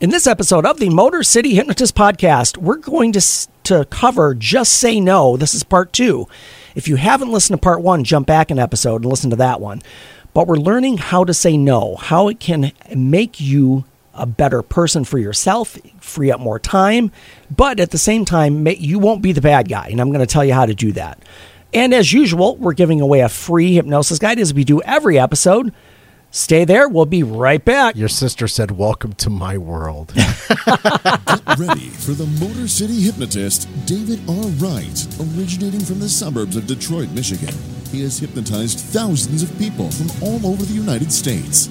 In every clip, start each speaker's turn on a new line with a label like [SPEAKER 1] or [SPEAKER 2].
[SPEAKER 1] In this episode of the Motor City Hypnotist Podcast, we're going to, s- to cover Just Say No. This is part two. If you haven't listened to part one, jump back an episode and listen to that one. But we're learning how to say no, how it can make you a better person for yourself, free up more time, but at the same time, ma- you won't be the bad guy. And I'm going to tell you how to do that. And as usual, we're giving away a free hypnosis guide as we do every episode. Stay there. We'll be right back.
[SPEAKER 2] Your sister said, Welcome to my world.
[SPEAKER 3] Ready for the Motor City hypnotist, David R. Wright, originating from the suburbs of Detroit, Michigan. He has hypnotized thousands of people from all over the United States.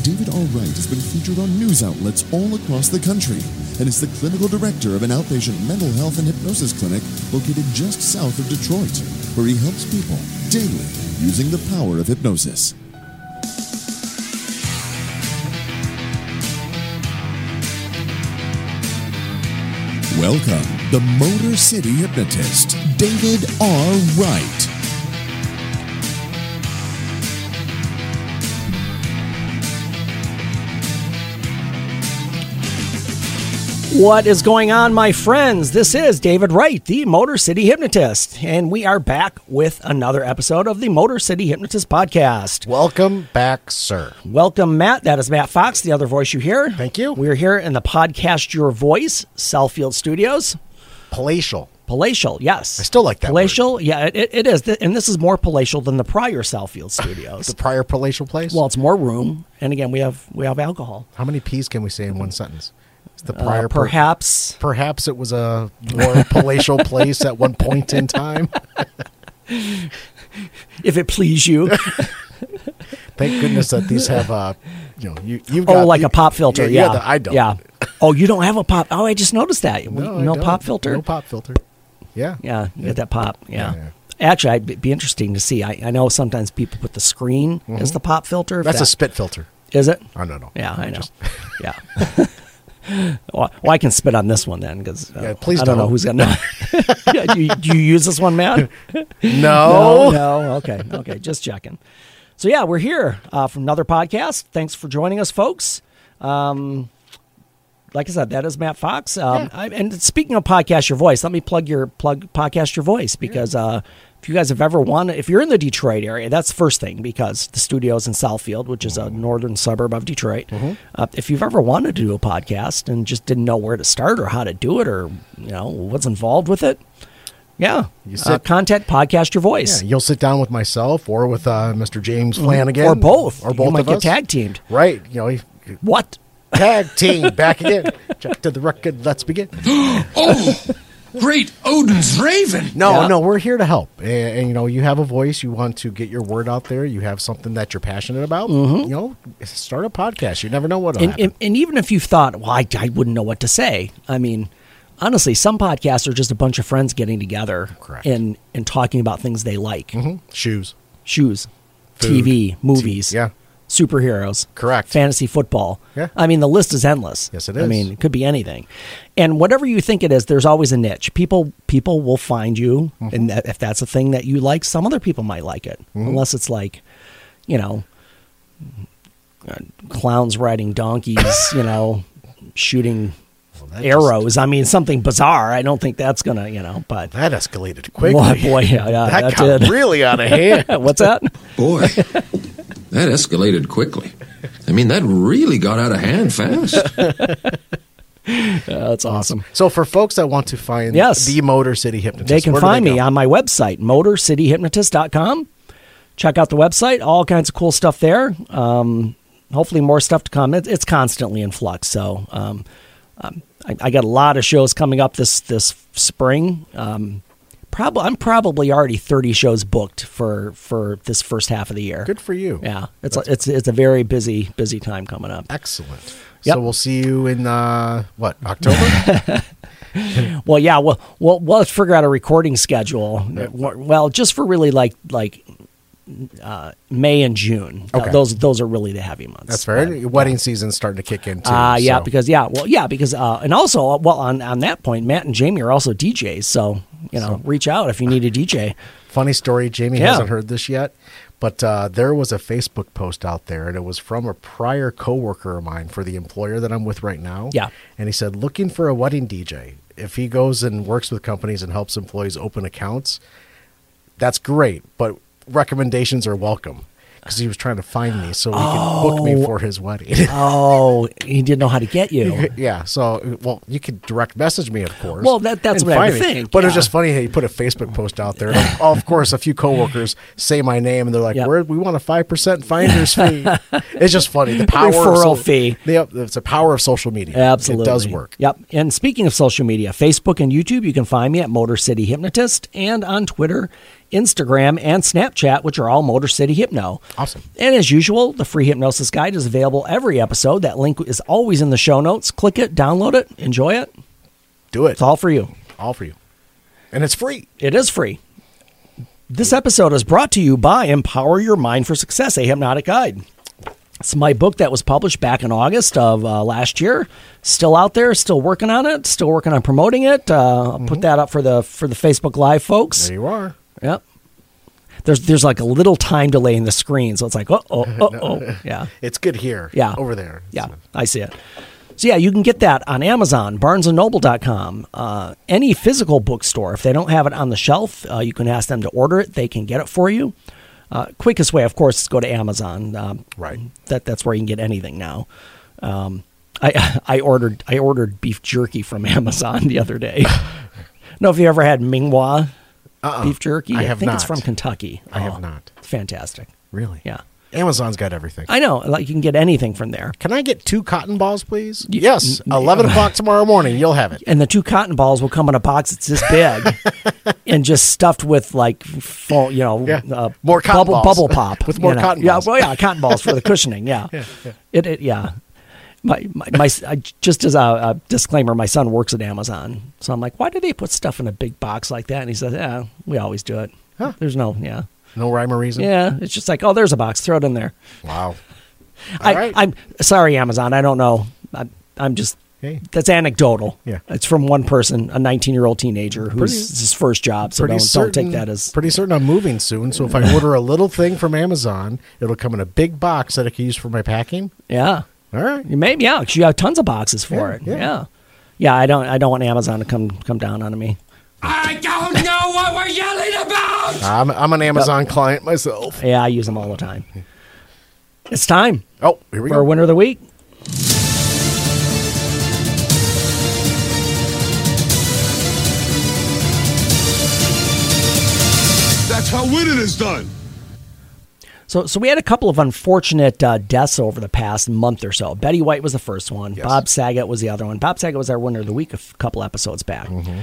[SPEAKER 3] David R. Wright has been featured on news outlets all across the country and is the clinical director of an outpatient mental health and hypnosis clinic located just south of Detroit, where he helps people daily using the power of hypnosis. Welcome, the Motor City hypnotist, David R. Wright.
[SPEAKER 1] What is going on, my friends? This is David Wright, the Motor City Hypnotist, and we are back with another episode of the Motor City Hypnotist Podcast.
[SPEAKER 2] Welcome back, sir.
[SPEAKER 1] Welcome, Matt. That is Matt Fox, the other voice you hear.
[SPEAKER 2] Thank you.
[SPEAKER 1] We're here in the podcast Your Voice, Southfield Studios.
[SPEAKER 2] Palatial.
[SPEAKER 1] Palatial, yes. I
[SPEAKER 2] still like that word.
[SPEAKER 1] Palatial, yeah, it, it is. Th- And this is more palatial than the prior Southfield Studios.
[SPEAKER 2] The prior palatial place?
[SPEAKER 1] well, it's more room, and again, we have we have alcohol.
[SPEAKER 2] how many P's can we say in one sentence? It's the prior.
[SPEAKER 1] Uh,
[SPEAKER 2] per-
[SPEAKER 1] perhaps
[SPEAKER 2] perhaps it was a more palatial place at one point in time.
[SPEAKER 1] if it please you.
[SPEAKER 2] Thank goodness that these have, uh, you know, you, you've
[SPEAKER 1] Oh,
[SPEAKER 2] got-
[SPEAKER 1] like
[SPEAKER 2] you-
[SPEAKER 1] a pop filter.
[SPEAKER 2] you- you
[SPEAKER 1] Yeah,
[SPEAKER 2] have the- I don't.
[SPEAKER 1] Yeah. Oh, you don't have a pop. Oh, I just noticed that. We-
[SPEAKER 2] No,
[SPEAKER 1] No,
[SPEAKER 2] I don't.
[SPEAKER 1] pop filter.
[SPEAKER 2] No pop filter. Yeah.
[SPEAKER 1] Yeah, you get that pop. Yeah.
[SPEAKER 2] Yeah,
[SPEAKER 1] Actually, I'd be- be interesting to see. I, I know sometimes people put the screen as the pop filter. if
[SPEAKER 2] Mm-hmm. That's
[SPEAKER 1] that-
[SPEAKER 2] a spit filter.
[SPEAKER 1] Is it?
[SPEAKER 2] I don't know.
[SPEAKER 1] Yeah, I know. yeah. well, well, I can spit on this one then because
[SPEAKER 2] Yeah, please
[SPEAKER 1] I don't, know
[SPEAKER 2] don't.
[SPEAKER 1] who's going to. Do you- do you use this one, Matt?
[SPEAKER 2] No.
[SPEAKER 1] no. Okay. Okay. Just checking. So yeah, we're here uh, from another podcast. Thanks for joining us, folks. Um, like I said, that is Matt Fox. Um, I, and speaking of podcast, your voice. Let me plug your plug podcast, your voice, because uh, if you guys have ever wanted, if you're in the Detroit area, that's the first thing because the studio's in Southfield, which is a northern suburb of Detroit. Uh, if you've ever wanted to do a podcast and just didn't know where to start or how to do it or you know what's involved with it, yeah,
[SPEAKER 2] You
[SPEAKER 1] uh,
[SPEAKER 2] sit-
[SPEAKER 1] contact podcast your voice.
[SPEAKER 2] Yeah, you'll sit down with myself or with uh, Mr. James Flanagan
[SPEAKER 1] Mm-hmm. or both,
[SPEAKER 2] or both
[SPEAKER 1] You might
[SPEAKER 2] of
[SPEAKER 1] get
[SPEAKER 2] us.
[SPEAKER 1] tag teamed.
[SPEAKER 2] Right. You know, you- you-
[SPEAKER 1] What?
[SPEAKER 2] tag team back again. Check to the record. Let's begin.
[SPEAKER 4] Great Odin's Raven!
[SPEAKER 2] No,
[SPEAKER 1] Yeah.
[SPEAKER 2] no, we're here to help. And, and, you know, you have a voice. You want to get your word out there. You have something that you're passionate about.
[SPEAKER 1] Mm-hmm.
[SPEAKER 2] You know, start a podcast. You never know what'll
[SPEAKER 1] And,
[SPEAKER 2] happen.
[SPEAKER 1] and, and even if you thought, well, I, I wouldn't know what to say. I mean, honestly, some podcasts are just a bunch of friends getting together
[SPEAKER 2] Correct.
[SPEAKER 1] and and talking about things they like:
[SPEAKER 2] Mm-hmm. Shoes.
[SPEAKER 1] shoes,
[SPEAKER 2] Food.
[SPEAKER 1] TV, movies,
[SPEAKER 2] yeah.
[SPEAKER 1] superheroes,
[SPEAKER 2] Correct.
[SPEAKER 1] fantasy football.
[SPEAKER 2] Yeah.
[SPEAKER 1] I mean, the list is endless.
[SPEAKER 2] Yes, it
[SPEAKER 1] I
[SPEAKER 2] is.
[SPEAKER 1] mean, it could be anything, and whatever you think it is, there's always a niche. People people will find you,
[SPEAKER 2] Mm-hmm.
[SPEAKER 1] and that, if that's a thing that you like, some other people might like it, unless it's like, you know. uh, clowns riding donkeys, you know, shooting
[SPEAKER 2] that
[SPEAKER 1] arrows. I mean, something bizarre. I don't think that's gonna, you know, but
[SPEAKER 2] That escalated quickly.
[SPEAKER 1] Boy, boy, yeah, yeah,
[SPEAKER 2] that,
[SPEAKER 1] that
[SPEAKER 2] got
[SPEAKER 1] did.
[SPEAKER 2] really out of hand.
[SPEAKER 1] what's that?
[SPEAKER 4] Boy, that escalated quickly. I mean, that really got out of hand fast.
[SPEAKER 1] Uh, that's awesome.
[SPEAKER 2] so, for folks that want to find
[SPEAKER 1] Yes.
[SPEAKER 2] the Motor City Hypnotist,
[SPEAKER 1] They can
[SPEAKER 2] where do
[SPEAKER 1] find
[SPEAKER 2] they
[SPEAKER 1] me
[SPEAKER 2] go?
[SPEAKER 1] on my website, motorcityhypnotist.com. Check out the website, all kinds of cool stuff there. Um, hopefully, more stuff to come. It, it's constantly in flux. So, um, um, I, I got a lot of shows coming up this this spring. Um, probably, I'm probably already 30 shows booked for for this first half of the year.
[SPEAKER 2] Good for you.
[SPEAKER 1] Yeah, it's a, it's it's a very busy busy time coming up.
[SPEAKER 2] Excellent.
[SPEAKER 1] Yep.
[SPEAKER 2] So we'll see you in uh, what October?
[SPEAKER 1] Well, yeah, well, we'll we'll have to figure out a recording schedule. Well, just for really like like uh, May and June. Th-
[SPEAKER 2] Okay.
[SPEAKER 1] Those those are really the heavy months.
[SPEAKER 2] That's fair. Wedding season's starting to kick in too.
[SPEAKER 1] Uh, yeah,
[SPEAKER 2] so-
[SPEAKER 1] because yeah, well, yeah, because uh, and also uh, well on on that point, Matt and Jamie are also DJs, so you know, reach out if you need a DJ.
[SPEAKER 2] funny story. Jamie
[SPEAKER 1] Yeah.
[SPEAKER 2] hasn't heard this yet, But uh, there was a Facebook post out there, and it was from a prior coworker of mine for the employer that I'm with right now.
[SPEAKER 1] Yeah.
[SPEAKER 2] and he said looking for a wedding DJ. If he goes and works with companies and helps employees open accounts, that's great. But recommendations are welcome because he was trying to find me so he could book me for his wedding.
[SPEAKER 1] Oh, he didn't know how to get you.
[SPEAKER 2] yeah. So, well, you could direct message me, of course.
[SPEAKER 1] Oh. Well, that- that's
[SPEAKER 2] and
[SPEAKER 1] what I
[SPEAKER 2] find
[SPEAKER 1] would
[SPEAKER 2] me.
[SPEAKER 1] think,
[SPEAKER 2] But it's
[SPEAKER 1] yeah.
[SPEAKER 2] just funny how you put a Facebook post out there. Like, oh, of course, a few coworkers say my name and they're like,
[SPEAKER 1] Yep.
[SPEAKER 2] "Where we want a five percent finder's fee." It's just funny the power of
[SPEAKER 1] Referral
[SPEAKER 2] so-
[SPEAKER 1] fee.
[SPEAKER 2] Yep, it's a power of social media.
[SPEAKER 1] Absolutely.
[SPEAKER 2] it does work.
[SPEAKER 1] Yep. And speaking of social media, Facebook and YouTube, you can find me at Motor City Hypnotist and on Twitter, Instagram, and Snapchat, which are all Motor City Hypno.
[SPEAKER 2] Awesome.
[SPEAKER 1] And as usual, the free hypnosis guide is available every episode. That link is always in the show notes. Click it, download it, enjoy it.
[SPEAKER 2] Do it.
[SPEAKER 1] It's all for you.
[SPEAKER 2] all for you, and it's free.
[SPEAKER 1] It is free. This episode is brought to you by Empower Your Mind for Success, a hypnotic guide. It's my book that was published back in August of uh, last year. Still out there, still working on it, still working on promoting it. Uh, I'll put that up for the for the Facebook Live folks.
[SPEAKER 2] Mm-hmm. There you are.
[SPEAKER 1] Yep. There's there's like a little time delay in the screen, so it's like oh oh oh oh yeah.
[SPEAKER 2] It's good here.
[SPEAKER 1] Yeah.
[SPEAKER 2] over there.
[SPEAKER 1] Yeah,
[SPEAKER 2] So,
[SPEAKER 1] I see it. So yeah, you can get that on Amazon, BarnesandNoble.com, uh, any physical bookstore. If they don't have it on the shelf, uh, you can ask them to order it. They can get it for you. Uh, quickest way, of course, is go to Amazon. Um,
[SPEAKER 2] Right.
[SPEAKER 1] That that's where you can get anything now. Um, I I ordered I ordered beef jerky from Amazon the other day. no, if you ever had Mingwa
[SPEAKER 2] Uh-uh.
[SPEAKER 1] beef jerky,
[SPEAKER 2] Uh, I have
[SPEAKER 1] think it's
[SPEAKER 2] not.
[SPEAKER 1] from Kentucky. Oh,
[SPEAKER 2] I have not.
[SPEAKER 1] Fantastic.
[SPEAKER 2] Really?
[SPEAKER 1] Yeah,
[SPEAKER 2] Amazon's got everything.
[SPEAKER 1] I know. Like you can get anything from there.
[SPEAKER 2] Can I get two cotton balls, please? yes, eleven o'clock tomorrow morning. You'll have it.
[SPEAKER 1] and the two cotton balls will come in a box that's this big and just stuffed with like full, you know,
[SPEAKER 2] Yeah.
[SPEAKER 1] uh,
[SPEAKER 2] More cotton
[SPEAKER 1] bubble,
[SPEAKER 2] balls.
[SPEAKER 1] bubble pop
[SPEAKER 2] With
[SPEAKER 1] you
[SPEAKER 2] more
[SPEAKER 1] know.
[SPEAKER 2] cotton
[SPEAKER 1] yeah,
[SPEAKER 2] balls.
[SPEAKER 1] well, yeah, cotton balls for the cushioning. Yeah, it, it, yeah. My, my, my I, just as a, a disclaimer, my son works at Amazon, so I'm like, why do they put stuff in a big box like that? And he says, yeah, we always do it. There's no, yeah,
[SPEAKER 2] No rhyme or reason.
[SPEAKER 1] yeah. It's just like, oh, there's a box, throw it in there.
[SPEAKER 2] Wow.
[SPEAKER 1] I,
[SPEAKER 2] All right.
[SPEAKER 1] I'm sorry, Amazon. I don't know. I, I'm just
[SPEAKER 2] Hey.
[SPEAKER 1] that's anecdotal.
[SPEAKER 2] Yeah.
[SPEAKER 1] it's from one person, a 19 year old teenager who's
[SPEAKER 2] Pretty-
[SPEAKER 1] it's his first job. So don't, don't take that as
[SPEAKER 2] pretty certain I'm moving soon. So if I order a little thing from Amazon, it'll come in a big box that I can use for my packing.
[SPEAKER 1] yeah.
[SPEAKER 2] All right.
[SPEAKER 1] You may yeah, 'cause you have tons of boxes for
[SPEAKER 2] Yeah,
[SPEAKER 1] it. Yeah.
[SPEAKER 2] yeah.
[SPEAKER 1] yeah, I don't I don't want Amazon to come come down on me.
[SPEAKER 4] I don't know what we're yelling about!
[SPEAKER 2] I'm, I'm an Amazon client myself.
[SPEAKER 1] Yeah, I use them all the time. It's time
[SPEAKER 2] Oh, here we
[SPEAKER 1] for
[SPEAKER 2] go.
[SPEAKER 1] winner of the week.
[SPEAKER 5] That's how winning is done.
[SPEAKER 1] So, so we had a couple of unfortunate uh, deaths over the past month or so. Betty White was the first one. Bob Saget was the other one. Bob Saget was our winner of the week a f- couple episodes back.
[SPEAKER 2] Mm-hmm.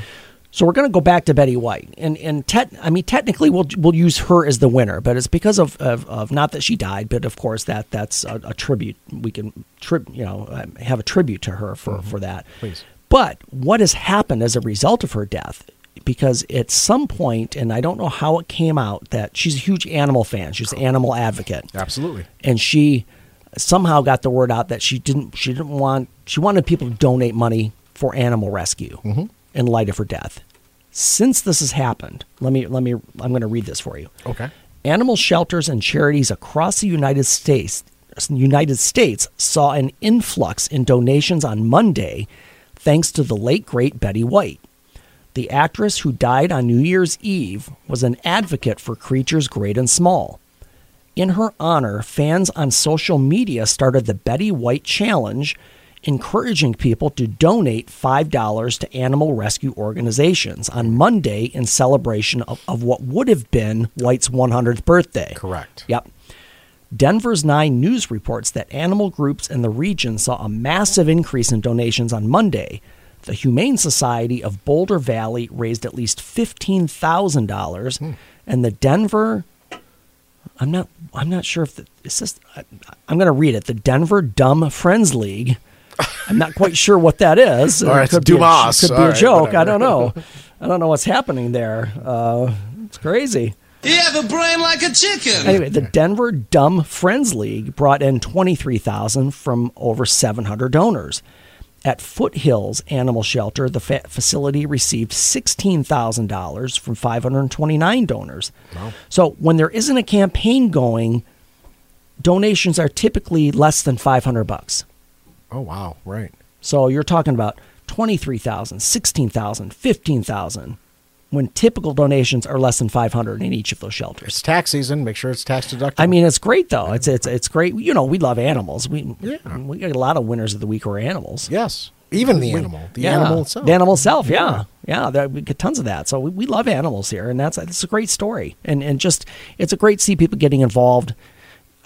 [SPEAKER 1] So we're going to go back to Betty White, and and te- I mean technically we'll we'll use her as the winner, but it's because of of, of not that she died, but of course that that's a, a tribute we can trib you know um, have a tribute to her for for that.
[SPEAKER 2] Please.
[SPEAKER 1] But what has happened as a result of her death? Because at some point, and I don't know how it came out, that she's a huge animal fan. She's an animal advocate,
[SPEAKER 2] Absolutely.
[SPEAKER 1] and she somehow got the word out that she didn't. She didn't want. She wanted people to donate money for animal rescue in light of her death. Since this has happened, let me let me. I'm going to read this for you.
[SPEAKER 2] Okay.
[SPEAKER 1] Animal shelters and charities across the United States United States saw an influx in donations on Monday thanks to the late great Betty White. The actress who died on New Year's Eve was an advocate for creatures great and small. In her honor, fans on social media started the Betty White Challenge, encouraging people to donate $5 to animal rescue organizations on Monday in celebration of, of what would have been White's 100th birthday.
[SPEAKER 2] Correct.
[SPEAKER 1] Yep. Denver's Nine News reports that animal groups in the region saw a massive increase in donations on Monday. The Humane Society of Boulder Valley raised at least $15,000,
[SPEAKER 2] Hmm.
[SPEAKER 1] and the Denver I'm not. I'm not sure if the, it's just. I, I'm going to read it. The Denver Dumb Friends League. I'm not quite sure what that is.
[SPEAKER 2] All right, it's
[SPEAKER 1] be a-
[SPEAKER 2] Dumas.
[SPEAKER 1] Could be
[SPEAKER 2] All
[SPEAKER 1] a
[SPEAKER 2] right,
[SPEAKER 1] joke. I
[SPEAKER 2] whatever.
[SPEAKER 1] don't know. I don't know what's happening there. Uh, it's crazy.
[SPEAKER 6] You have a brain like a chicken.
[SPEAKER 1] Anyway, the Denver Dumb Friends League brought in 23,000 from over 700 donors. At Foothills Animal Shelter, the fa- facility received $16,000 from 529 donors. So when there isn't a campaign going, donations are typically less than 500 bucks.
[SPEAKER 2] Oh wow, right.
[SPEAKER 1] So you're talking about 23,000, 16,000, 15,000 when typical donations are less than 500 in each of those shelters.
[SPEAKER 2] It's tax season. Make sure it's tax deductible.
[SPEAKER 1] I mean, it's great though. It's it's it's great. You know, we love animals. We
[SPEAKER 2] Yeah.
[SPEAKER 1] we got a lot of winners of the week who are animals.
[SPEAKER 2] yes, even the animal, the
[SPEAKER 1] Yeah.
[SPEAKER 2] animal itself.
[SPEAKER 1] The animal itself, yeah. Yeah, there, we get tons of that. So we, we love animals here, and that's it's a great story. And and just it's a great to see people getting involved.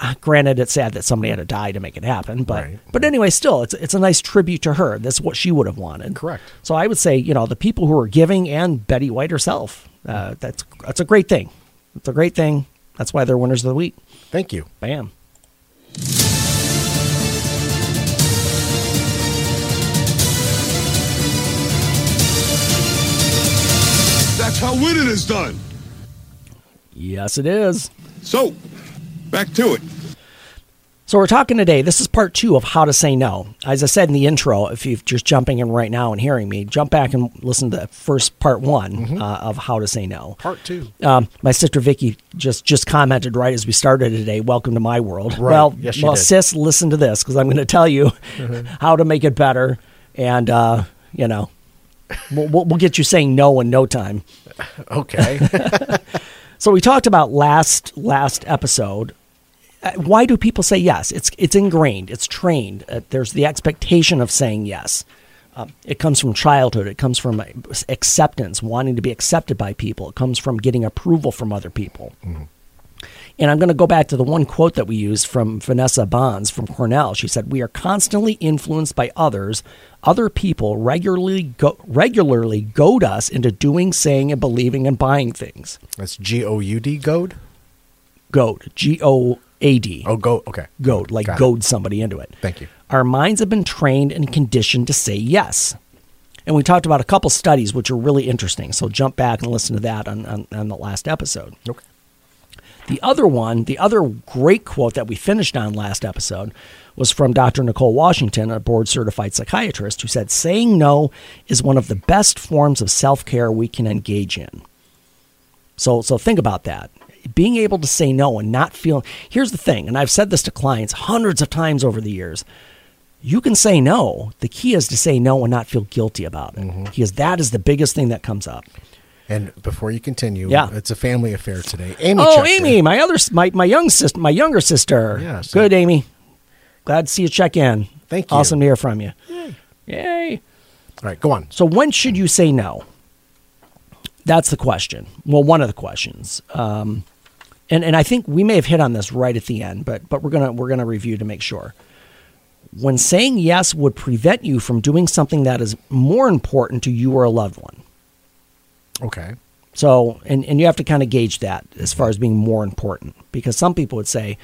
[SPEAKER 1] Uh, granted, it's sad that somebody had to die to make it happen, but
[SPEAKER 2] Right.
[SPEAKER 1] but anyway, still, it's it's a nice tribute to her. That's what she would have wanted.
[SPEAKER 2] Correct.
[SPEAKER 1] So I would say, you know, the people who are giving and Betty White herself, uh, that's that's a great thing. It's a great thing. That's why they're winners of the week.
[SPEAKER 2] Thank you.
[SPEAKER 1] Bam.
[SPEAKER 5] That's how winning is done.
[SPEAKER 1] Yes, it is.
[SPEAKER 5] So, back to it.
[SPEAKER 1] So we're talking today. This is part two of how to say no. As I said in the intro, if you're just jumping in right now and hearing me, jump back and listen to first part one
[SPEAKER 2] Mm-hmm.
[SPEAKER 1] uh, of how to say no.
[SPEAKER 2] Part two.
[SPEAKER 1] Um, my sister Vicky just just commented right as we started today. Welcome to my world.
[SPEAKER 2] Right.
[SPEAKER 1] Well,
[SPEAKER 2] Yes, she
[SPEAKER 1] well,
[SPEAKER 2] did. Mm-hmm.
[SPEAKER 1] sis, listen to this because I'm going to tell you how to make it better, and uh, you know, we'll, we'll we'll get you saying no in no time.
[SPEAKER 2] Okay.
[SPEAKER 1] So we talked about last last episode. Uh, why do people say yes? It's it's ingrained. It's trained. Uh, there's the expectation of saying yes. Uh, it comes from childhood. It comes from uh, acceptance, wanting to be accepted by people. It comes from getting approval from other people. And I'm going to go back to the one quote that we used from Vanessa Bonds from Cornell. She said, "We are constantly influenced by others. Other people regularly go- regularly goad us into doing, saying, and believing and buying things."
[SPEAKER 2] That's G O U D goad.
[SPEAKER 1] goad, G O A D,
[SPEAKER 2] Oh, go. Okay.
[SPEAKER 1] goad, like
[SPEAKER 2] Got it.
[SPEAKER 1] goad somebody into it.
[SPEAKER 2] Thank you.
[SPEAKER 1] Our minds have been trained and conditioned to say yes. And we talked about a couple studies which are really interesting. So jump back and listen to that on, on, on the last episode.
[SPEAKER 2] Okay.
[SPEAKER 1] The other one, the other great quote that we finished on last episode was from Dr. Nicole Washington, a board certified psychiatrist, who said, Saying no is one of the best forms of self care we can engage in. So, so think about that. Being able to say no and not feel. Here's the thing, and I've said this to clients hundreds of times over the years. You can say no. The key is to say no and not feel guilty about it because that is the biggest thing that comes up.
[SPEAKER 2] And before you continue,
[SPEAKER 1] Yeah.
[SPEAKER 2] it's a family affair today. Amy.
[SPEAKER 1] Oh,
[SPEAKER 2] checked
[SPEAKER 1] Amy,
[SPEAKER 2] in.
[SPEAKER 1] my other, s- my my young sister, my younger sister.
[SPEAKER 2] Yeah, so-
[SPEAKER 1] Good, Amy. Glad to see you check in.
[SPEAKER 2] Thank you.
[SPEAKER 1] Awesome to hear from you. Yay. Yay.
[SPEAKER 2] All right, go on.
[SPEAKER 1] So when should you say no? That's the question. Well, one of the questions. Um, and and I think we may have hit on this right at the end, but but we're gonna we're gonna review to make sure. When saying yes would prevent you from doing something that is more important to you or a loved one.
[SPEAKER 2] Okay.
[SPEAKER 1] So, and, and you have to kind of gauge that as far as being more important because some people would say,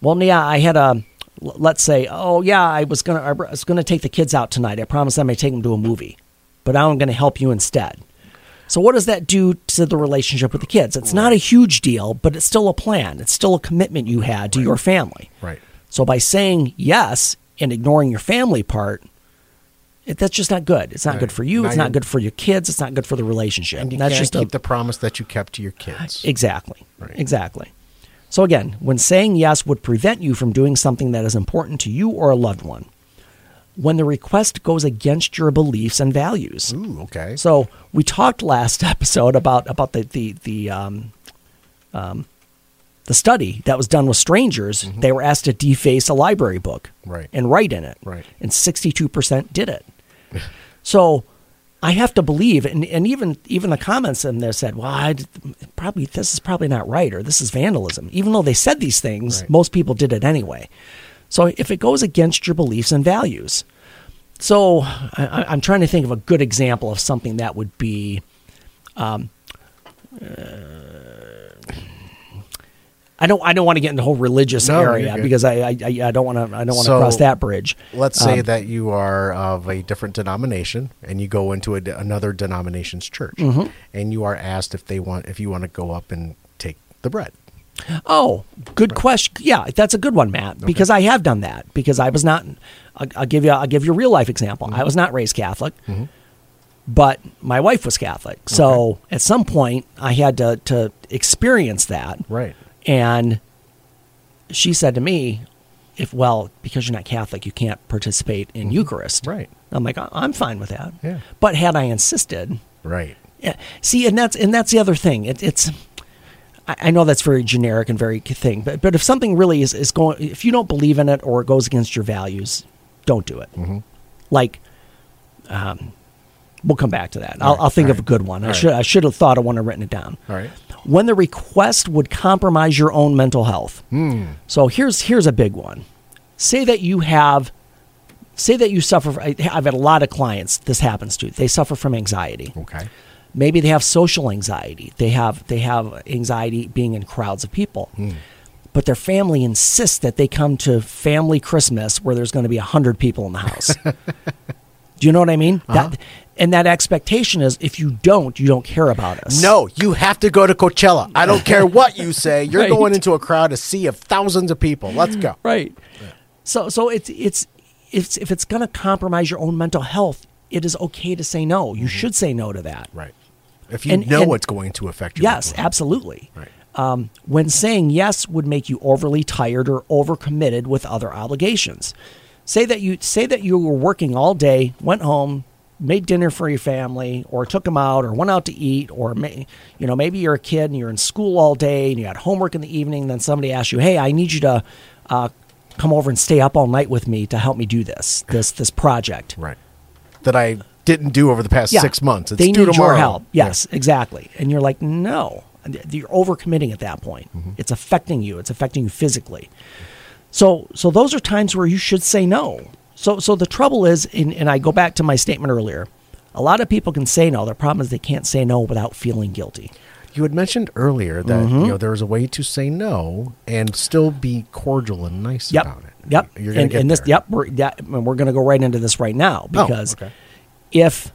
[SPEAKER 1] well, yeah, I had a, l- let's say, oh, yeah, I was going to, I was going to take the kids out tonight. I promised them I'd take them to a movie, but now I'm going to help you instead. So, what does that do to the relationship with the kids? It's not a huge deal, but it's still a plan. It's still a commitment you had to your family.
[SPEAKER 2] Right.
[SPEAKER 1] So, by saying yes and ignoring your family part, it, that's just not good. It's not good for you.
[SPEAKER 2] Now
[SPEAKER 1] It's not
[SPEAKER 2] you're-
[SPEAKER 1] good for your kids. It's not good for the relationship.
[SPEAKER 2] And you
[SPEAKER 1] that's
[SPEAKER 2] can't
[SPEAKER 1] just
[SPEAKER 2] keep
[SPEAKER 1] a,
[SPEAKER 2] the promise that you kept to your kids.
[SPEAKER 1] Exactly.
[SPEAKER 2] Right.
[SPEAKER 1] Exactly. So again, when saying yes would prevent you from doing something that is important to you or a loved one. When the request goes against your beliefs and values.
[SPEAKER 2] Ooh, okay.
[SPEAKER 1] So we talked last episode about about the the the um, um, the study that was done with strangers. They were asked to deface a library book
[SPEAKER 2] Mm-hmm. Right.
[SPEAKER 1] and write in it,
[SPEAKER 2] Right.
[SPEAKER 1] and sixty two percent did it. so I have to believe, and, and even even the comments in there said, "Well, I d- probably this is probably not right, or this is vandalism." Even though they said these things,
[SPEAKER 2] Right.
[SPEAKER 1] most people did it anyway. So if it goes against your beliefs and values, so I, I- I'm trying to think of a good example of something that would be. Um, uh, I don't. I don't want to get in the whole religious
[SPEAKER 2] No, you're
[SPEAKER 1] area
[SPEAKER 2] good.
[SPEAKER 1] because I, I, I don't want to. I don't want to
[SPEAKER 2] So,
[SPEAKER 1] cross that bridge.
[SPEAKER 2] Let's say
[SPEAKER 1] Um,
[SPEAKER 2] that you are of a different denomination and you go into a, de- another
[SPEAKER 1] Mm-hmm.
[SPEAKER 2] denomination's church and you are asked if they want if you want to go up and take the bread.
[SPEAKER 1] Oh, good question. Yeah, that's a good one, Matt, because I have done that because I was not. I'll, I'll give you. I'll give you a real life example.
[SPEAKER 2] Mm-hmm.
[SPEAKER 1] I was not raised Catholic, but my wife was Catholic. So at some point, I had to to experience that.
[SPEAKER 2] Right.
[SPEAKER 1] And she said to me, "If well, because you're not Catholic, you can't participate in Eucharist."
[SPEAKER 2] Mm-hmm. Right.
[SPEAKER 1] I'm like, "I- I'm fine with that.
[SPEAKER 2] Yeah.
[SPEAKER 1] But had I insisted,
[SPEAKER 2] Right.
[SPEAKER 1] yeah. See, and that's and that's the other thing. It, it's I, I know that's very generic and very k- thing, but but if something really is is going, if you don't believe in it or it goes against your values, don't do it.
[SPEAKER 2] Mm-hmm.
[SPEAKER 1] Like, um, we'll come back to that. I'll, I'll think of a good one. I should I should have thought of one and written it down.
[SPEAKER 2] All right.
[SPEAKER 1] When the request would compromise your own mental health.
[SPEAKER 2] Hmm.
[SPEAKER 1] So here's here's a big one. Say that you have. Say that you suffer. I- I've had a lot of clients. This happens to. They suffer from anxiety
[SPEAKER 2] Okay.
[SPEAKER 1] maybe they have social anxiety they have they have anxiety being in crowds of people
[SPEAKER 2] Hmm.
[SPEAKER 1] but their family insists that they come to family christmas where there's going to be 100 people in the house do you know what i mean
[SPEAKER 2] Uh-huh.
[SPEAKER 1] that, and that expectation is if you don't you don't care about us
[SPEAKER 2] No, you have to go to Coachella. I don't care what you say. You're
[SPEAKER 1] Right.
[SPEAKER 2] going into a crowd, a sea of thousands of people. Let's go.
[SPEAKER 1] right so so it's it's it's if it's going to compromise your own mental health it is okay to say no you should say no to that
[SPEAKER 2] Right. If you
[SPEAKER 1] And-
[SPEAKER 2] know
[SPEAKER 1] and-
[SPEAKER 2] it's going to affect you.
[SPEAKER 1] Yes, absolutely. Um, when saying yes would make you overly tired or overcommitted with other obligations. Say that you say that you were working all day, went home, made dinner for your family, or took them out, or went out to eat, or may, you know maybe you're a kid and you're in school all day and you had homework in the evening. Then somebody asks you, "Hey, I need you to uh, come over and stay up all night with me to help me do this this this project."
[SPEAKER 2] Right. That I didn't do over the past
[SPEAKER 1] Yeah.
[SPEAKER 2] six months. It's
[SPEAKER 1] they
[SPEAKER 2] due
[SPEAKER 1] need
[SPEAKER 2] tomorrow.
[SPEAKER 1] your help. Yes, exactly. And you're like, no, And th- you're overcommitting at that point.
[SPEAKER 2] Mm-hmm.
[SPEAKER 1] It's affecting you. It's affecting you physically. So, so those are times where you should say no. So, so the trouble is, and, and I go back to my statement earlier. A lot of people can say no. The problem is they can't say no without feeling guilty.
[SPEAKER 2] You had mentioned earlier that
[SPEAKER 1] Mm-hmm.
[SPEAKER 2] you know there is a way to say no and still be cordial and nice
[SPEAKER 1] Yep.
[SPEAKER 2] about it.
[SPEAKER 1] Yep.
[SPEAKER 2] You're gonna
[SPEAKER 1] and,
[SPEAKER 2] get
[SPEAKER 1] and this.
[SPEAKER 2] there.
[SPEAKER 1] Yep. We're, that, and we're going to go right into this right now
[SPEAKER 2] Oh,
[SPEAKER 1] because
[SPEAKER 2] okay.
[SPEAKER 1] if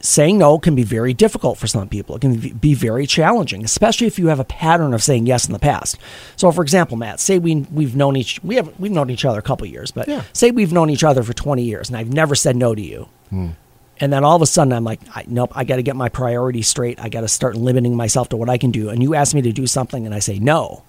[SPEAKER 1] saying no can be very difficult for some people, it can v- be very challenging, especially if you have a pattern of saying yes in the past. So, for example, Matt, say we we've known each we have we've known each other a couple years, but
[SPEAKER 2] Yeah.
[SPEAKER 1] say we've known each other for twenty years, and I've never said no to you.
[SPEAKER 2] Hmm.
[SPEAKER 1] And then all of a sudden, I'm like, I, nope, I got to get my priorities straight. I got to start limiting myself to what I can do. And you ask me to do something, and I say no.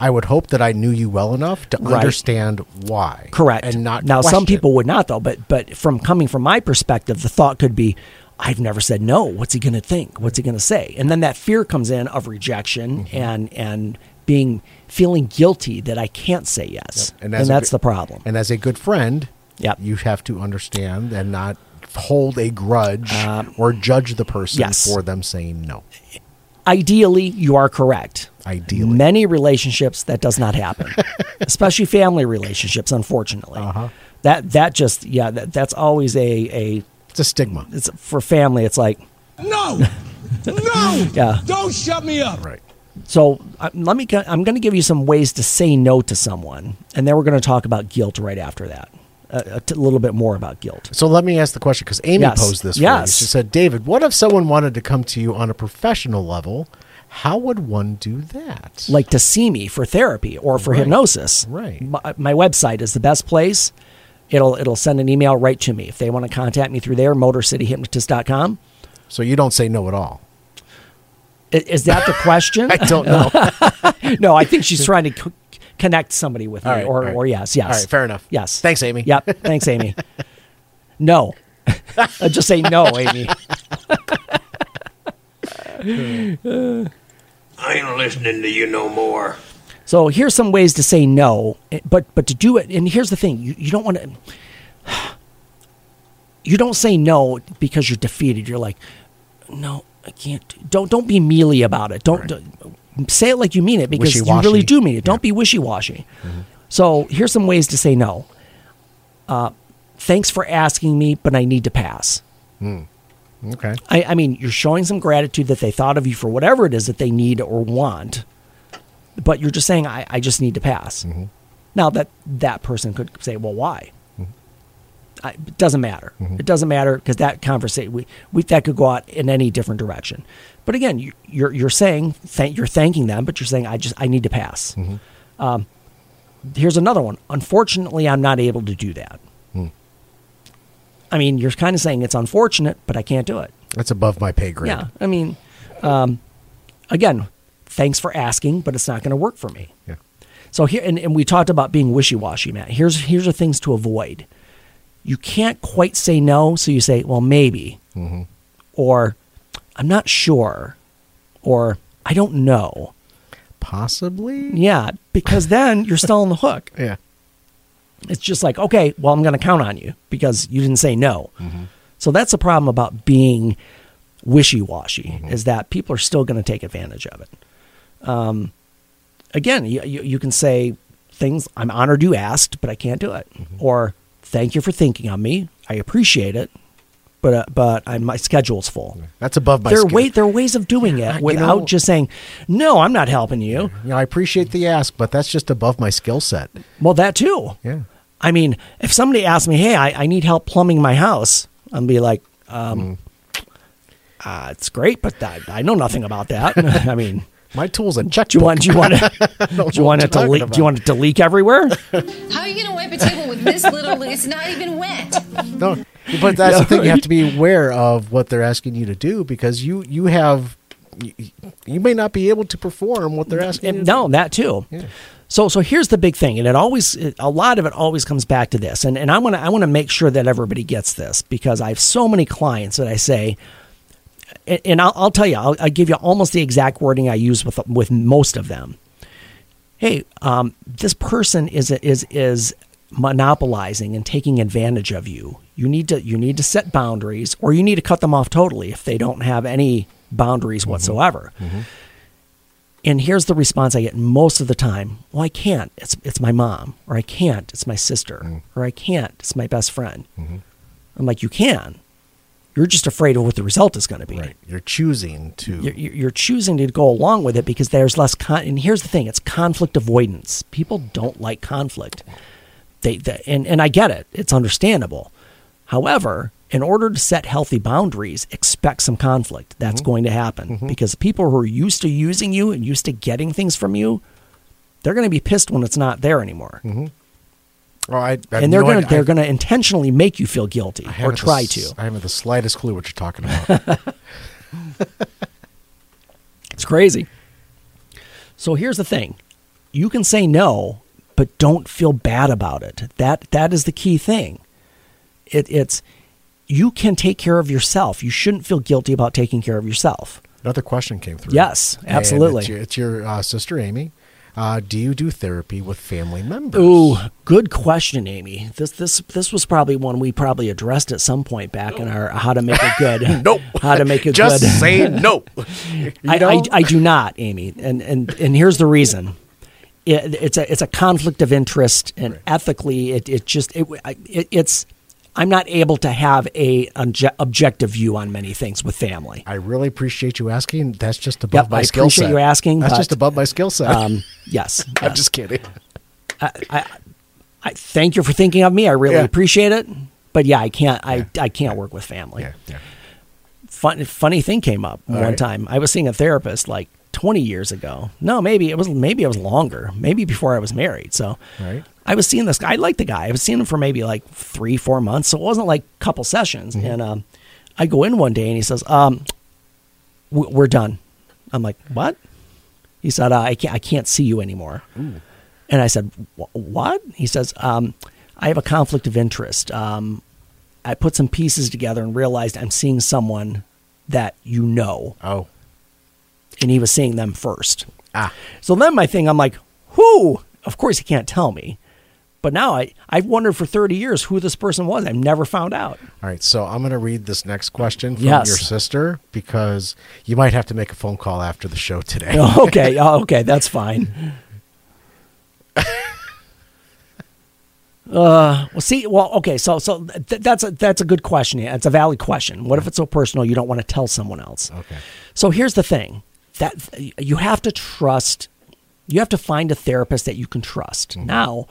[SPEAKER 2] I would hope that I knew you well enough to
[SPEAKER 1] Right.
[SPEAKER 2] understand why.
[SPEAKER 1] Correct.
[SPEAKER 2] And not
[SPEAKER 1] now, some
[SPEAKER 2] question.
[SPEAKER 1] people would not though, but but from coming from my perspective, the thought could be, I've never said no. What's he going to think? What's he going to say? And then that fear comes in of rejection
[SPEAKER 2] Mm-hmm.
[SPEAKER 1] and and being feeling guilty that I can't say yes, and,
[SPEAKER 2] as a
[SPEAKER 1] that's
[SPEAKER 2] good-
[SPEAKER 1] the problem.
[SPEAKER 2] And as a good friend,
[SPEAKER 1] Yep.
[SPEAKER 2] you have to understand and not hold a grudge or judge the person
[SPEAKER 1] Uh, yes.
[SPEAKER 2] for them saying no.
[SPEAKER 1] Ideally, you are correct.
[SPEAKER 2] Ideally.
[SPEAKER 1] many relationships that does not happen, especially family relationships. Unfortunately,
[SPEAKER 2] Uh-huh.
[SPEAKER 1] that that just yeah, that, that's always a a
[SPEAKER 2] It's a stigma.
[SPEAKER 1] it's for family. It's like
[SPEAKER 5] No! No!
[SPEAKER 1] Yeah.
[SPEAKER 5] Don't shut me up!
[SPEAKER 2] right.
[SPEAKER 1] So uh, let me. I'm going to give you some ways to say no to someone, and then we're going to talk about guilt right after that. Uh, a t- little bit more about guilt.
[SPEAKER 2] So let me ask the question because Amy
[SPEAKER 1] Yes.
[SPEAKER 2] posed this. For
[SPEAKER 1] Yes.
[SPEAKER 2] you. She said, David, what if someone wanted to come to you on a professional level? How would one do that?
[SPEAKER 1] Like to see me for therapy or for hypnosis.
[SPEAKER 2] Right.
[SPEAKER 1] My, my website is the best place. It'll it'll send an email right to me if they want to contact me through there. MotorCityHypnotist.com.
[SPEAKER 2] so you don't say no at all.
[SPEAKER 1] I- Is that the question?
[SPEAKER 2] I don't know. all
[SPEAKER 1] no, I think she's trying to co- connect somebody with me.
[SPEAKER 2] All right,
[SPEAKER 1] or
[SPEAKER 2] all right.
[SPEAKER 1] or yes, yes.
[SPEAKER 2] right, fair enough.
[SPEAKER 1] Yes.
[SPEAKER 2] Thanks, Amy.
[SPEAKER 1] Yep. Thanks, Amy. no. Just say no, Amy.
[SPEAKER 7] I ain't listening to you no more.
[SPEAKER 1] So here's some ways to say no, eh, but but to do it. And here's the thing: you, you don't want to. You don't say no because you're defeated. You're like, no, I can't. do-" Don't don't be mealy about it. Don't, don't- say it like you mean it because you really
[SPEAKER 2] Wishy-washy.
[SPEAKER 1] do mean it. Don't be wishy washy. So here's some ways to say no. Uh, thanks for asking me, but I need to pass.
[SPEAKER 2] Okay.
[SPEAKER 1] I, I mean, you're showing some gratitude that they thought of you for whatever it is that they need or want, but you're just saying, I, I just need to pass. Now that that person could say, well, why? I, it doesn't matter. It doesn't matter because that conversation we, we that could go out in any different direction. But again, you, you're you're saying thank you're thanking them, but you're saying I just I need to pass. Um, here's another one. Unfortunately, I'm not able to do that. I mean, you're kind of saying it's unfortunate, but I can't do it.
[SPEAKER 2] That's above my pay grade.
[SPEAKER 1] Yeah, I mean, um, again, thanks for asking, but it's not going to work for me.
[SPEAKER 2] Yeah.
[SPEAKER 1] So here, and, and we talked about being wishy-washy, Matt. Here's here's the things to avoid. You can't quite say no, so you say, "Well, maybe," or "I'm not sure," or "I don't know."
[SPEAKER 2] Possibly.
[SPEAKER 1] Yeah, because then you're still on the hook.
[SPEAKER 2] Yeah.
[SPEAKER 1] It's just like, okay, well, I'm going to count on you because you didn't say no.
[SPEAKER 2] Mm-hmm.
[SPEAKER 1] So that's the problem about being wishy washy
[SPEAKER 2] Mm-hmm.
[SPEAKER 1] is that people are still going to take advantage of it. Um, again, you, you, you can say things, I'm honored you asked, but I can't do it.
[SPEAKER 2] Mm-hmm.
[SPEAKER 1] Or thank you for thinking on me. I appreciate it, but, uh, but I, my schedule's full.
[SPEAKER 2] That's above my
[SPEAKER 1] There are,
[SPEAKER 2] skill.
[SPEAKER 1] way, there are ways of doing
[SPEAKER 2] Yeah,
[SPEAKER 1] it
[SPEAKER 2] you
[SPEAKER 1] without
[SPEAKER 2] know-
[SPEAKER 1] just saying, no, I'm not helping you.
[SPEAKER 2] You know, I appreciate the ask, but that's just above my skill set.
[SPEAKER 1] Well, that too.
[SPEAKER 2] Yeah.
[SPEAKER 1] I mean, if somebody asked me, "Hey, I, I need help plumbing my house," I'd be like, um,
[SPEAKER 2] Mm.
[SPEAKER 1] uh, "It's great, but I, I know nothing about that." I mean,
[SPEAKER 2] My tool's a
[SPEAKER 1] do you
[SPEAKER 2] checkbook.
[SPEAKER 1] want do you want to do you want
[SPEAKER 2] you're
[SPEAKER 1] it to
[SPEAKER 2] talking
[SPEAKER 1] leak? Do you
[SPEAKER 2] about.
[SPEAKER 1] want it to leak everywhere?
[SPEAKER 8] How are you gonna wipe a table with this little? It's not even wet.
[SPEAKER 2] No, but that's the thing. You have to be aware of what they're asking you to do because you you have you, you may not be able to perform what they're asking. you
[SPEAKER 1] And
[SPEAKER 2] to
[SPEAKER 1] no, that too. So, so here's the big thing, and it always, it- a lot of it always comes back to this, and and I want to, I want to make sure that everybody gets this because I have so many clients that I say, and, and I'll, I'll tell you, I'll, I'll give you almost the exact wording I use with with most of them. Hey, um, this person is is is monopolizing and taking advantage of you. You need to you need to set boundaries, or you need to cut them off totally if they don't have any boundaries whatsoever. And here's the response I get most of the time. Well, I can't. It's it's my mom, or I can't. It's my sister, or I can't. It's my best friend. I'm like, you can. You're just afraid of what the result is going to be.
[SPEAKER 2] do. Right, you're choosing to.
[SPEAKER 1] You're, you're you're choosing to go along with it because there's less con. And here's the thing: it's conflict avoidance. People don't like conflict. They, they and and I get it. It's understandable. However, in order to set healthy boundaries, expect some conflict. That's
[SPEAKER 2] Mm-hmm.
[SPEAKER 1] going to happen because people who are used to using you and used to getting things from you, they're going to be pissed when it's not there anymore,
[SPEAKER 2] Oh, Mm-hmm. I, I have
[SPEAKER 1] and they're
[SPEAKER 2] no
[SPEAKER 1] going to
[SPEAKER 2] idea-
[SPEAKER 1] they're going to intentionally make you feel guilty
[SPEAKER 2] I
[SPEAKER 1] or
[SPEAKER 2] haven't the
[SPEAKER 1] try
[SPEAKER 2] s-
[SPEAKER 1] to.
[SPEAKER 2] I haven't the slightest clue what you're talking about.
[SPEAKER 1] It's crazy. So here's the thing. You can say no, but don't feel bad about it. That that is the key thing. It, it's you can take care of yourself. You shouldn't feel guilty about taking care of yourself.
[SPEAKER 2] Another question came through.
[SPEAKER 1] Yes,
[SPEAKER 2] And
[SPEAKER 1] absolutely.
[SPEAKER 2] It's your, it's your, uh, sister Amy. Uh, do you do therapy with family members?
[SPEAKER 1] Ooh, good question, Amy. This this this was probably one we probably addressed at some point back in our how to make it good.
[SPEAKER 2] Nope.
[SPEAKER 1] How to make it
[SPEAKER 2] Just
[SPEAKER 1] good.
[SPEAKER 2] say no. You
[SPEAKER 1] I, I,
[SPEAKER 2] know?
[SPEAKER 1] I do not, Amy, and and and here's the reason. It, it's a it's a conflict of interest, and ethically, it it just it, I- it it's. I'm not able to have a obje- objective view on many things with family.
[SPEAKER 2] I really appreciate you asking. That's just above
[SPEAKER 1] Yep,
[SPEAKER 2] my
[SPEAKER 1] I
[SPEAKER 2] skill
[SPEAKER 1] appreciate
[SPEAKER 2] set.
[SPEAKER 1] you asking,
[SPEAKER 2] That's
[SPEAKER 1] but,
[SPEAKER 2] just above my skill set.
[SPEAKER 1] Um, yes,
[SPEAKER 2] I'm
[SPEAKER 1] yes.
[SPEAKER 2] just kidding.
[SPEAKER 1] I thank you for thinking of me. I really
[SPEAKER 2] Yeah.
[SPEAKER 1] appreciate it. But yeah, I can't. I, I can't work with family.
[SPEAKER 2] Yeah, yeah.
[SPEAKER 1] Fun, funny thing came up one
[SPEAKER 2] right.
[SPEAKER 1] time. I was seeing a therapist like 20 years ago. No, maybe it was maybe it was longer. Maybe before I was married. So
[SPEAKER 2] Right.
[SPEAKER 1] I was seeing this guy. I liked the guy. I was seeing him for maybe like three, four months. So it wasn't like a couple sessions. And um, I go in one day and he says, um, w- "We're done." I'm like, "What?" He said, uh, "I can't. I can't see you anymore." And I said, "Wh- "What?" He says, um, "I have a conflict of interest. Um, I put some pieces together and realized I'm seeing someone that you know,
[SPEAKER 2] Oh,
[SPEAKER 1] and he was seeing them first.
[SPEAKER 2] ah,
[SPEAKER 1] So then my thing, I'm like, who? Of course he can't tell me. But now I, I've wondered for 30 years who this person was. I've never found out.
[SPEAKER 2] all right. So I'm going to read this next question from
[SPEAKER 1] Yes.
[SPEAKER 2] your sister because you might have to make a phone call after the show today.
[SPEAKER 1] okay, oh, okay, that's fine. Uh, well, see, well, okay, so so th- that's a that's a good question. Yeah, it's a valid question. What if it's so personal you don't want to tell someone else?
[SPEAKER 2] Okay.
[SPEAKER 1] So here's the thing that you have to trust. You have to find a therapist that you can trust. Now,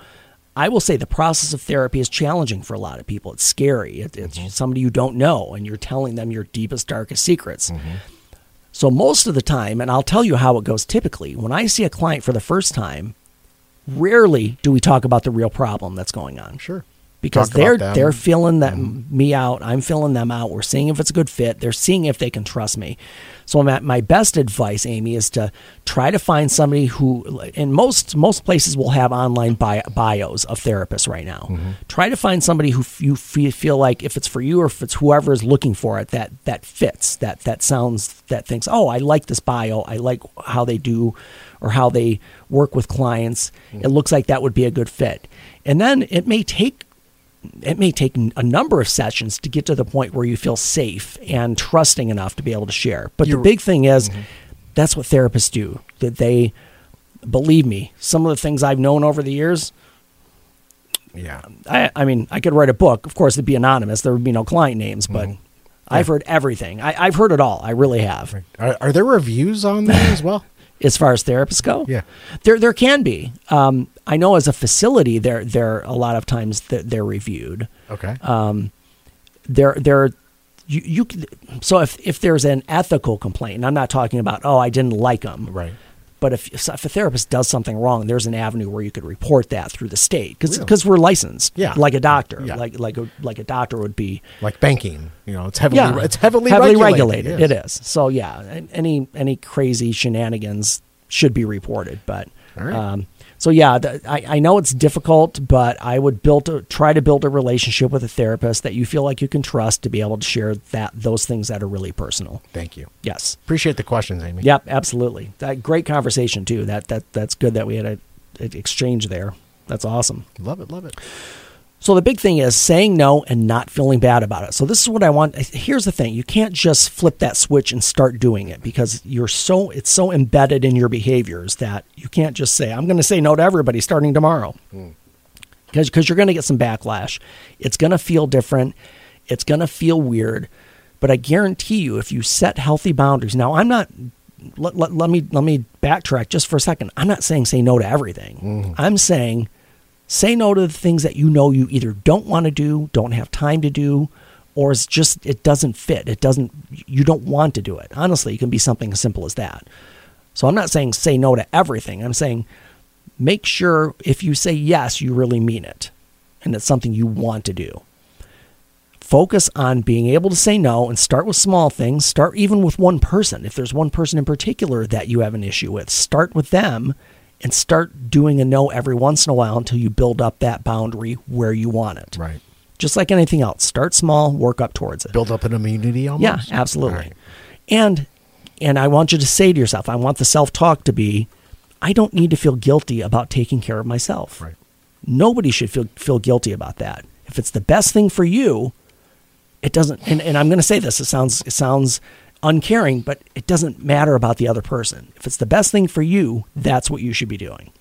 [SPEAKER 1] I will say the process of therapy is challenging for a lot of people. It's scary. It, it's somebody you don't know, and you're telling them your deepest, darkest secrets. So, most of the time, and I'll tell you how it goes typically, when I see a client for the first time, rarely do we talk about the real problem that's going on.
[SPEAKER 2] Sure.
[SPEAKER 1] Because
[SPEAKER 2] Talk about
[SPEAKER 1] they're
[SPEAKER 2] them.
[SPEAKER 1] they're filling that me out, I'm filling them out. We're seeing if it's a good fit. They're seeing if they can trust me. So my, my best advice, Amy, is to try to find somebody who, in most most places, will have online bi- bios of therapists right now. Try to find somebody who f- you fe- feel like if it's for you or if it's whoever is looking for it that that fits that that sounds that thinks oh I like this bio I like how they do or how they work with clients. It looks like that would be a good fit. And then it may take it may take n- a number of sessions to get to the point where you feel safe and trusting enough to be able to share. But the
[SPEAKER 2] You're- Mm-hmm.
[SPEAKER 1] big thing is that's what therapists do. That they believe me, some of the things I've known over the years,
[SPEAKER 2] Yeah.
[SPEAKER 1] I, I mean, I could write a book. Of course, it'd be anonymous. There would be no client names, but
[SPEAKER 2] Mm-hmm.
[SPEAKER 1] I've heard everything. I, I've heard it all. I really have.
[SPEAKER 2] Are, are there reviews on there as well?
[SPEAKER 1] as far as therapists go.
[SPEAKER 2] Yeah.
[SPEAKER 1] there there can be. Um, I know as a facility, they're they're a lot of times they're, they're reviewed.
[SPEAKER 2] Okay.
[SPEAKER 1] Uh, There there, you you c- so if if there's an ethical complaint, and I'm not talking about oh I didn't like them,
[SPEAKER 2] right.
[SPEAKER 1] But if, if a therapist does something wrong, there's an avenue where you could report that through the state because
[SPEAKER 2] Really?
[SPEAKER 1] we're licensed,
[SPEAKER 2] Yeah.
[SPEAKER 1] like a doctor,
[SPEAKER 2] Yeah.
[SPEAKER 1] like like a, like a doctor would be.
[SPEAKER 2] Like banking, you know, it's heavily it's heavily,
[SPEAKER 1] regulated.
[SPEAKER 2] regulated. yes.
[SPEAKER 1] It is. So yeah, any any crazy shenanigans should be reported. But
[SPEAKER 2] All right.
[SPEAKER 1] um, so yeah, the, I, I know it's difficult, but I would build a, try to build a relationship with a therapist that you feel like you can trust to be able to share that those things that are really personal.
[SPEAKER 2] Thank you.
[SPEAKER 1] Yes.
[SPEAKER 2] Appreciate the questions, Amy.
[SPEAKER 1] Yep. Absolutely. That great conversation too. That that that's good that we had a, an exchange there. That's awesome.
[SPEAKER 2] Love it. Love it.
[SPEAKER 1] So the big thing is saying no and not feeling bad about it. So this is what I want. Here's the thing: you can't just flip that switch and start doing it because you're so it's so embedded in your behaviors that you can't just say I'm going to say no to everybody starting tomorrow because you're going to get some backlash. It's going to feel different. It's going to feel weird. But I guarantee you, if you set healthy boundaries. Now, I'm not. Let, let, let me let me backtrack just for a second. I'm not saying say no to everything. I'm saying say no to the things that you know you either don't want to do, don't have time to do, or it's just it doesn't fit. It doesn't. You don't want to do it. Honestly, it can be something as simple as that. So I'm not saying say no to everything. I'm saying make sure if you say yes, you really mean it and it's something you want to do. Focus on being able to say no and start with small things. Start even with one person. If there's one person in particular that you have an issue with, start with them and start doing a no every once in a while until you build up that boundary where you want it.
[SPEAKER 2] Right.
[SPEAKER 1] Just like anything else, start small, work up towards it.
[SPEAKER 2] Build up an immunity almost.
[SPEAKER 1] Yeah, absolutely.
[SPEAKER 2] All right.
[SPEAKER 1] And and I want you to say to yourself, I want the self talk to be, I don't need to feel guilty about taking care of myself.
[SPEAKER 2] Right.
[SPEAKER 1] Nobody should feel feel guilty about that. If it's the best thing for you, it doesn't and, and I'm gonna say this, it sounds it sounds uncaring, but it doesn't matter about the other person. If it's the best thing for you, that's what you should be doing.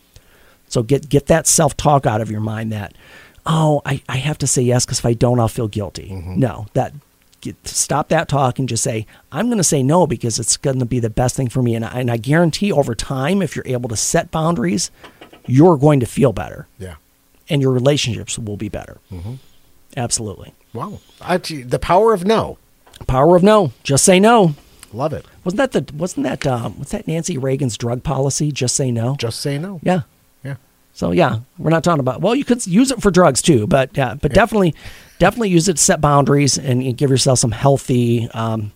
[SPEAKER 1] So get get that self talk out of your mind that oh I, I have to say yes because if I don't I'll feel guilty. No, that get, stop that talk and just say I'm going to say no because it's going to be the best thing for me and I, and I guarantee over time if you're able to set boundaries, you're going to feel better
[SPEAKER 2] Yeah.
[SPEAKER 1] and your relationships will be better. Absolutely,
[SPEAKER 2] Wow. I, gee, the power of no.
[SPEAKER 1] power of no. Just say no.
[SPEAKER 2] Love it.
[SPEAKER 1] Wasn't that the wasn't that um, what's that Nancy Reagan's drug policy? Just say no.
[SPEAKER 2] Just say no.
[SPEAKER 1] yeah.
[SPEAKER 2] Yeah.
[SPEAKER 1] So yeah, we're not talking about. Well, you could use it for drugs too, but yeah, but definitely, definitely use it to set boundaries and, and give yourself some healthy, um,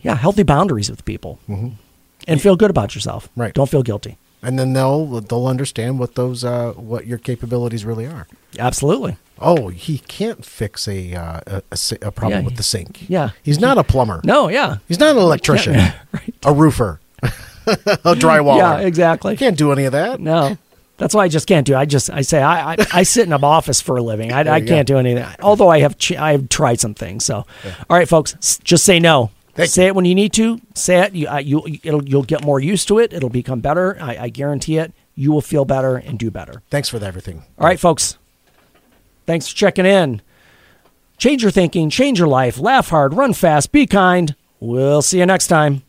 [SPEAKER 1] yeah, healthy boundaries with people, and feel good about yourself.
[SPEAKER 2] Right.
[SPEAKER 1] Don't feel guilty.
[SPEAKER 2] And then they'll they'll understand what those uh, what your capabilities really are.
[SPEAKER 1] Absolutely.
[SPEAKER 2] Oh, he can't fix a uh, a- a, si- a problem
[SPEAKER 1] Yeah.
[SPEAKER 2] with the sink.
[SPEAKER 1] Yeah.
[SPEAKER 2] He's not a plumber.
[SPEAKER 1] No. Yeah.
[SPEAKER 2] He's not an electrician.
[SPEAKER 1] Right.
[SPEAKER 2] A roofer. a drywaller.
[SPEAKER 1] Yeah. Exactly.
[SPEAKER 2] He can't do any of that.
[SPEAKER 1] No. That's why I just can't do. it. I just I say I I, I sit in an office for a living. I, I
[SPEAKER 2] you
[SPEAKER 1] can't do anything. Although I have ch- I have tried some things. So, all right, folks, s- just say no.
[SPEAKER 2] Thank
[SPEAKER 1] say it when you need to. Say it. You uh, you it'll you'll get more used to it. It'll become better. I, I guarantee it. You will feel better and do better.
[SPEAKER 2] Thanks for everything.
[SPEAKER 1] All right, folks. Thanks for checking in. Change your thinking. Change your life. Laugh hard. Run fast. Be kind. We'll see you next time.